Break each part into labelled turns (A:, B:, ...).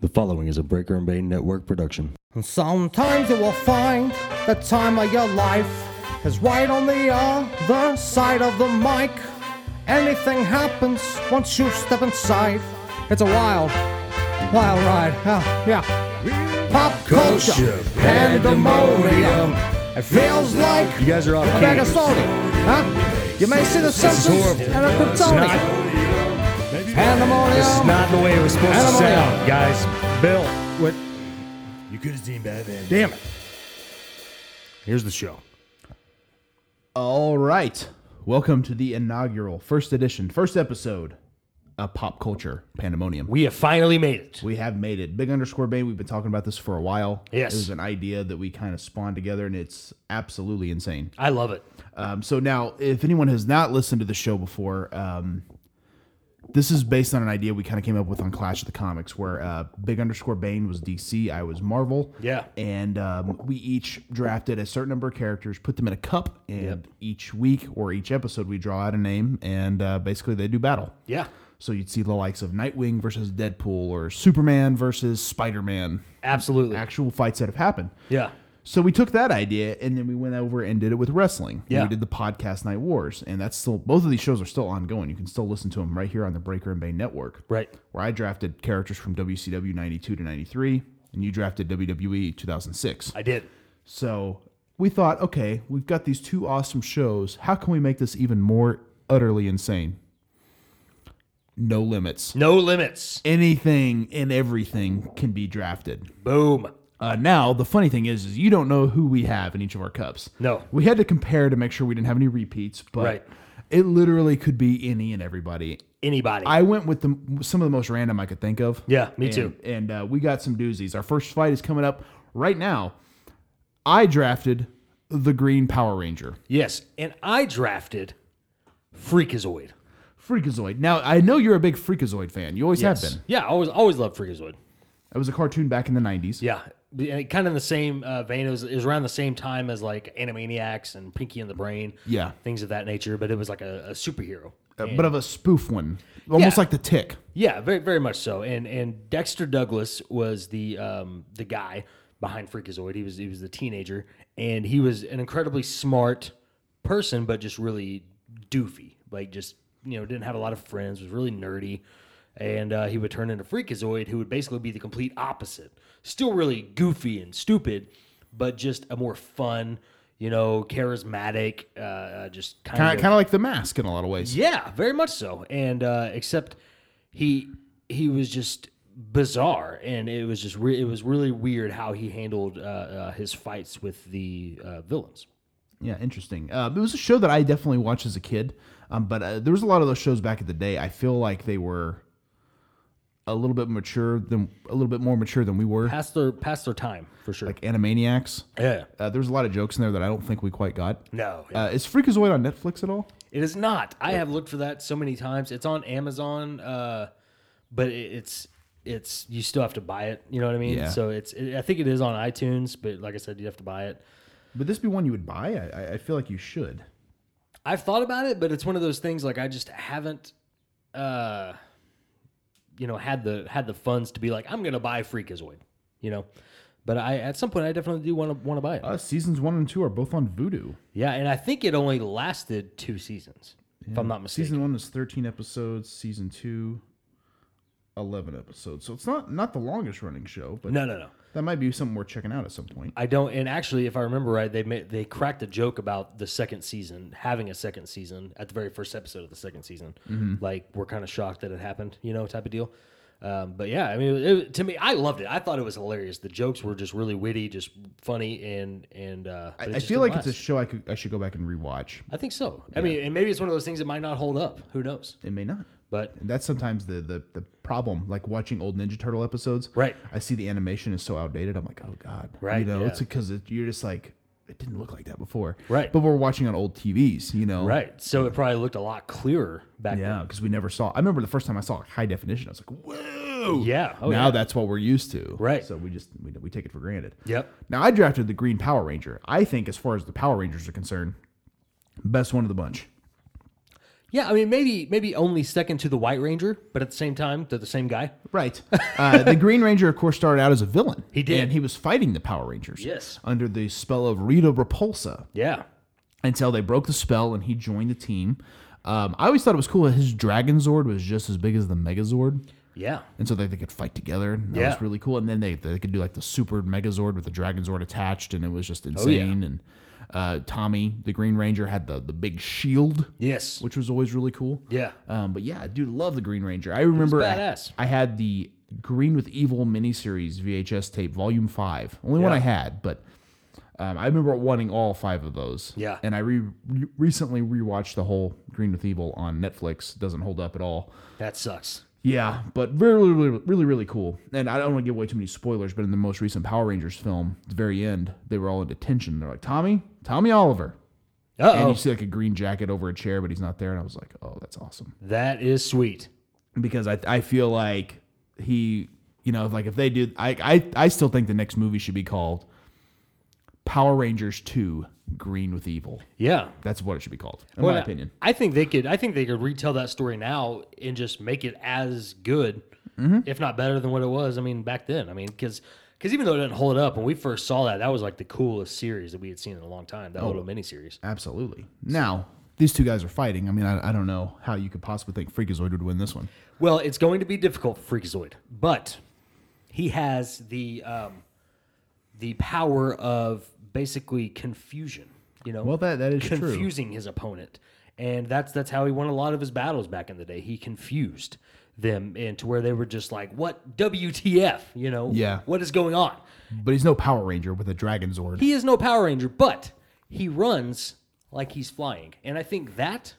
A: The following is a Breaker and Bane Network production.
B: And sometimes you will find the time of your life is right on the other side of the mic. Anything happens once you step inside. It's a wild, wild ride. Yeah, yeah. Pop culture pandemonium. It feels like
A: You guys are off
B: a bag of soda. Huh? You may see the Simpsons
A: horrible.
B: and a Kryptonian. Pandemonium.
C: This is not the way it was supposed to
B: Animal
C: sound, guys. Bill, what?
D: You could have seen Batman.
C: Damn it! Here's the show.
D: All right. Welcome to the inaugural first edition, first episode of Pop Culture Pandemonium. We,
C: We have finally made it.
D: have made it. Big underscore Bay, we've been talking about this for a while.
C: Yes.
D: It was an idea that we kind of spawned together, and it's absolutely insane.
C: I love it.
D: Um, so now, if anyone has not listened to the show before, um, this is based on an idea we kind of came up with on Clash of the Comics, where uh, Big Underscore Bane was DC, I was Marvel.
C: Yeah.
D: and um, we each drafted a certain number of characters, put them in a cup, and each week or each episode we draw out a name, and uh, basically they do battle.
C: Yeah,
D: So you'd see the likes of Nightwing versus Deadpool or Superman versus Spider Man,
C: absolutely.
D: actual fights that have happened.
C: Yeah,
D: So we took that idea and then we went over and did it with wrestling.
C: Yeah.
D: We did the podcast Night Wars, and that's still both of these shows are still ongoing. You can still listen to them right here on the Breaker and Bay Network.
C: right.
D: Where I drafted characters from WCW '92 to '93, and you drafted E WWE 2006.
C: I did.
D: So we thought, okay, we've got these two awesome shows. How can we make this even more utterly insane? No limits.
C: No limits.
D: Anything and everything can be drafted.
C: Boom.
D: Uh, now the funny thing is, is you don't know who we have in each of our cups.
C: No.
D: we had to compare to make sure we didn't have any repeats, but
C: Right.
D: it literally could be any and everybody.
C: Anybody.
D: I went with the some of the most random I could think of.
C: Yeah, me
D: And-
C: too.
D: And uh, we got some doozies. Our first fight is coming up right now. I drafted the Green Power Ranger
C: yes, and I drafted Freakazoid.
D: Freakazoid. Now I know you're a big Freakazoid fan. You always have been.
C: Yeah, I always always loved Freakazoid.
D: It was a cartoon back in the '90s.
C: Yeah, and kind of in the same uh, vein. It was, it was around the same time as like Animaniacs and Pinky and the Brain.
D: Yeah.
C: things of that nature. But it was like a, a superhero.
D: Uh, but of a spoof one, almost
C: Yeah.
D: like the Tick.
C: Yeah, very very much so. And and Dexter Douglas was the um the guy behind Freakazoid. He was he was the teenager and he was an incredibly smart person but just really doofy. Like just, you know, didn't have a lot of friends, was really nerdy. And uh, he would turn into Freakazoid, who would basically be the complete opposite. Still really goofy and stupid, but just a more fun, you know, charismatic, uh, uh, just kind
D: Kind
C: of
D: of like the Mask in a lot of ways.
C: yeah, very much so. And uh, except he he was just bizarre, and it was just re- it was really weird how he handled uh, uh, his fights with the uh, villains.
D: Yeah, interesting. Uh, it was a show that I definitely watched as a kid, um, but uh, there was a lot of those shows back in the day. I feel like they were a little bit mature than a little bit more mature than we were.
C: Past their past their time for sure.
D: Like Animaniacs.
C: yeah,
D: Uh, there was a lot of jokes in there that I don't think we quite got.
C: no,
D: Uh, is Freakazoid on Netflix at all?
C: it is not. I have looked for that so many times. It's on Amazon, uh, but it, it's it's you still have to buy it. You know what I mean?
D: Yeah.
C: So it's it, I think it is on iTunes, but like I said, you have to buy it.
D: Would this be one you would buy? I, I- I feel like you should.
C: I've thought about it, but it's one of those things like I just haven't uh you know had the had the funds to be like I'm going to buy Freakazoid, you know. But I at some point I definitely do want to want to buy it.
D: Uh, seasons one and two are both on Voodoo.
C: yeah, and I think it only lasted 2 seasons if I'm not mistaken.
D: Season one is thirteen episodes. Season two, eleven episodes. So it's not not the longest running show, but
C: no, no, no.
D: that might be something we're checking out at some point.
C: I don't and actually if I remember right they made, they cracked a joke about the second season having a second season at the very first episode of the second season.
D: Mm-hmm.
C: Like we're kind of shocked that it happened, you know, type of deal. Um, but yeah, I mean, it, to me, I loved it. I thought it was hilarious. The jokes were just really witty, just funny, and and uh, but it
D: I, I
C: just
D: feel
C: didn't
D: like it's a
C: last.
D: show I could I should go back and rewatch.
C: I think so. I mean, and maybe it's one of those things that might not hold up. Who knows?
D: It may not.
C: But
D: And that's sometimes the, the the problem. Like watching old Ninja Turtle episodes,
C: Right.
D: I see the animation is so outdated. I'm like, oh god,
C: Right,
D: You know,
C: yeah.
D: it's because it, you're just like, it didn't look like that before,
C: Right.
D: But we're watching on old TVs, you know,
C: right, so it probably looked a lot clearer back
D: Yeah, because we never saw. I remember the first time I saw high definition, I was like, whoa,
C: then. Yeah. Oh,
D: now
C: yeah.
D: that's what we're used to,
C: Right.
D: So we just we, we take it for granted.
C: Yep.
D: Now I drafted the Green Power Ranger. I think as far as the Power Rangers are concerned, best one of the bunch.
C: Yeah, I mean maybe maybe only second to the White Ranger, but at the same time they're the same guy.
D: Right. Uh, the Green Ranger, of course, started out as a villain.
C: He did.
D: And he was fighting the Power Rangers.
C: Yes.
D: Under the spell of Rita Repulsa
C: Yeah,
D: until they broke the spell and he joined the team. Um, I always thought it was cool that his Dragon Zord was just as big as the Megazord.
C: yeah.
D: And so they, they could fight together. And that
C: Yeah.
D: was really cool. And then they, they could do like the super Megazord with the Dragon Zord attached. And it was
C: Oh,
D: just insane. And uh, Tommy, the Green Ranger, had the, the big shield,
C: Yes.
D: which was always really cool.
C: Yeah.
D: Um, but yeah, dude, love the Green Ranger. I remember I-
C: badass.
D: I, had the Green with Evil miniseries VHS tape, Volume Five, only one
C: Yeah.
D: I had, but um, I remember wanting all five of those.
C: Yeah.
D: and I re- re- recently rewatched the whole Green with Evil on Netflix. Doesn't hold up at all.
C: That sucks.
D: Yeah, but really, really, really, really cool. And I don't want to give away too many spoilers, but in the most recent Power Rangers film, at the very end, they were all in detention. They're like Tommy, Tommy Oliver, and
C: Uh
D: you
C: oh.
D: see like a green jacket over a chair, but he's not there. And I was like, oh, that's awesome
C: That is sweet.
D: because I I feel like he you know like if they do I I I still think the next movie should be called Power Rangers 2 Green with Evil.
C: Yeah.
D: That's what it should be called in
C: Well,
D: my
C: I-
D: opinion.
C: I think they could. I think they could retell that story now and just make it as good,
D: Mm-hmm.
C: if not better than what it was. I mean, back then. I mean, because even though it didn't hold up when we first saw that, that was like the coolest series that we had seen in a long time.
D: Oh.
C: That whole little miniseries.
D: Absolutely. Now, these two guys are fighting. I mean, I, I don't know how you could possibly think Freakazoid would win this one.
C: Well, it's going to be difficult for Freakazoid, but he has the um, the power of basically confusion. You know,
D: Well, that- that is true.
C: confusing his opponent, and that's that's how he won a lot of his battles back in the day. He confused them into where they were just like, "What WTF?" You know,
D: Yeah.
C: what is going on?
D: But he's no Power Ranger with a Dragon Zord.
C: He is no Power Ranger, but he runs like he's flying, and I think that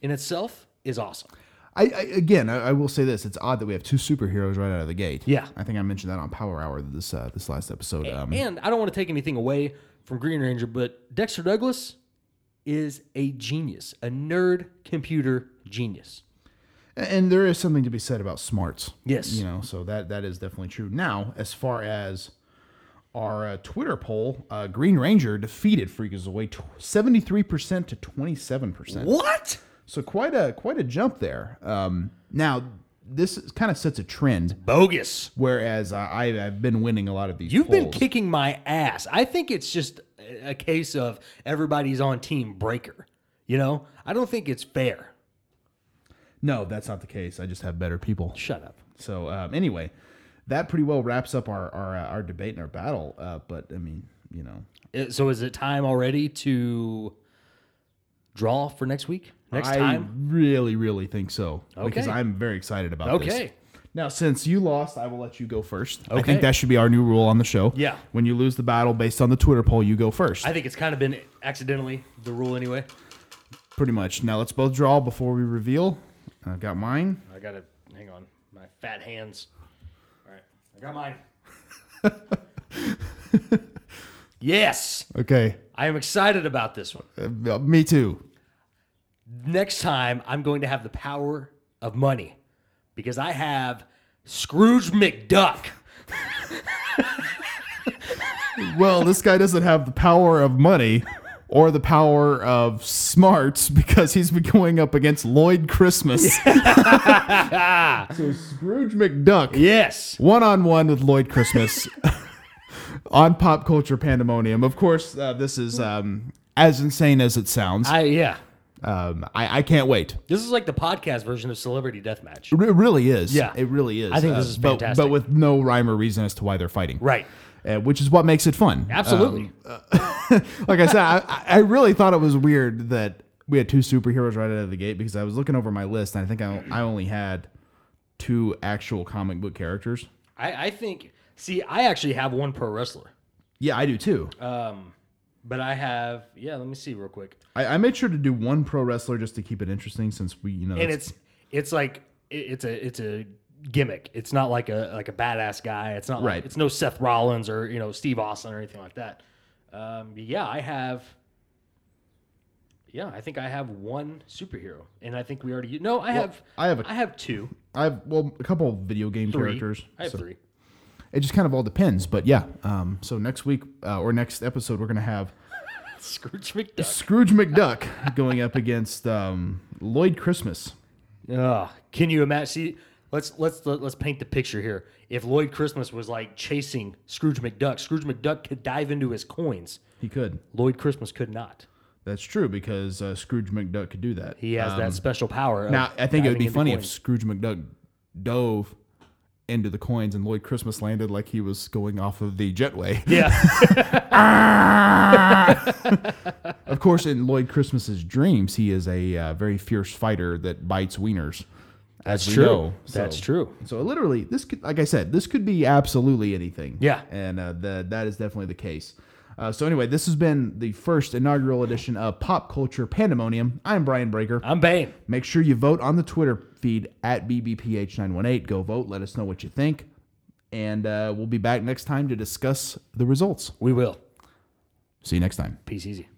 C: in itself is awesome.
D: I, I again, I, I will say this: it's odd that we have two superheroes right out of the gate.
C: Yeah.
D: I think I mentioned that on Power Hour this uh, this last episode. Um,
C: And I don't want to take anything away from Green Ranger, but Dexter Douglas is a genius, a nerd computer genius.
D: And there is something to be said about smarts.
C: Yes.
D: You know, so that that is definitely true. Now, as far as our uh, Twitter poll, uh, Green Ranger defeated Freakazoid seventy three percent to twenty seven percent.
C: What?
D: So quite a quite a jump there. Um, now this kind of sets a trend.
C: Bogus.
D: Whereas I, I- I've been winning a lot of these.
C: You've been
D: polls.
C: kicking my ass. I think it's just a a case of everybody's on team breaker. You know, I don't think it's fair.
D: No, that's not the case. I just have better people.
C: Shut up.
D: So um, anyway, that pretty well wraps up our our, uh, our debate and our battle. Uh, but I mean, you know,
C: Uh, So is it time already to draw for next week? Next
D: I
C: time?
D: really, really think so. Because
C: Okay.
D: I'm very excited about this.
C: Okay.
D: Now, since you lost, I will let you go first. I
C: Okay.
D: think that should be our new rule on the show.
C: Yeah.
D: When you lose the battle based on the Twitter poll, you go first.
C: I think it's kind of been accidentally the rule anyway.
D: Pretty much. Now, let's both draw before we reveal. I've got mine.
C: I gotta hang on. My fat hands. All right, I got mine. yes,
D: Okay.
C: I am excited about this one.
D: Uh, uh, me too.
C: Next time, I'm going to have the power of money because I have Scrooge McDuck.
D: Well, this guy doesn't have the power of money or the power of smarts because he's been going up against Lloyd Christmas. so Scrooge McDuck.
C: Yes.
D: one on one with Lloyd Christmas on pop culture pandemonium. Of course, uh, this is um, as insane as it sounds. I,
C: I yeah.
D: um, I, I can't wait.
C: This is like the podcast version of Celebrity Deathmatch.
D: It re- really is.
C: Yeah.
D: it really is. Uh,
C: I think this is
D: but,
C: fantastic.
D: but with no rhyme or reason as to why they're fighting.
C: Right.
D: Uh, which is what makes it fun. Uh,
C: Absolutely.
D: like I said, I, I really thought it was weird that we had two superheroes right out of the gate because I was looking over my list and I think I, I only had two actual comic book characters.
C: I, I think. See, I actually have one pro wrestler,
D: Yeah, I do too.
C: Uh, but I have yeah. Let me see real quick.
D: I, I made sure to do one pro wrestler just to keep it interesting, since we, you know,
C: and
D: that's-
C: it's it's like it- it's a it's a gimmick. It's not like a like a badass guy. It's not
D: Right.
C: Like, it's no Seth Rollins or you know Steve Austin or anything like that. Um, yeah, I have. Yeah, I think I have one superhero, and I think we already no. I have
D: I have a-
C: I have two
D: I have well a couple of video game
C: three.
D: characters.
C: I have
D: so
C: three.
D: It just kind of all depends, but yeah. Um, so next week uh, or next episode, we're gonna have
C: Scrooge McDuck.
D: Scrooge McDuck going up against um, Lloyd Christmas.
C: Ugh. can you imagine? See, let's let's let, let's paint the picture here. If Lloyd Christmas was like chasing Scrooge McDuck, Scrooge McDuck could dive into his coins.
D: He could.
C: Lloyd Christmas could not.
D: That's true because uh, Scrooge McDuck could do that.
C: He has that special power. Of
D: Um, Now, I think it would
C: diving
D: be
C: into
D: funny if
C: coins.
D: Scrooge McDuck dove into the coins and Lloyd Christmas landed like he was going off of the jetway.
C: Yeah,
D: Of course, in Lloyd Christmas's dreams, he is a uh, very fierce fighter that bites wieners. That's
C: true. That's true.
D: So literally, this could, like I said, this could be absolutely anything.
C: Yeah.
D: and uh, the, that is definitely the case. Uh, so anyway, this has been the first inaugural edition of Pop Culture Pandemonium. I'm Brian Breaker.
C: I'm Bane.
D: Make sure you vote on the Twitter feed at BBPH918. Go vote. Let us know what you think. And uh, we'll be back next time to discuss the results.
C: We will.
D: See you next time.
C: Peace easy.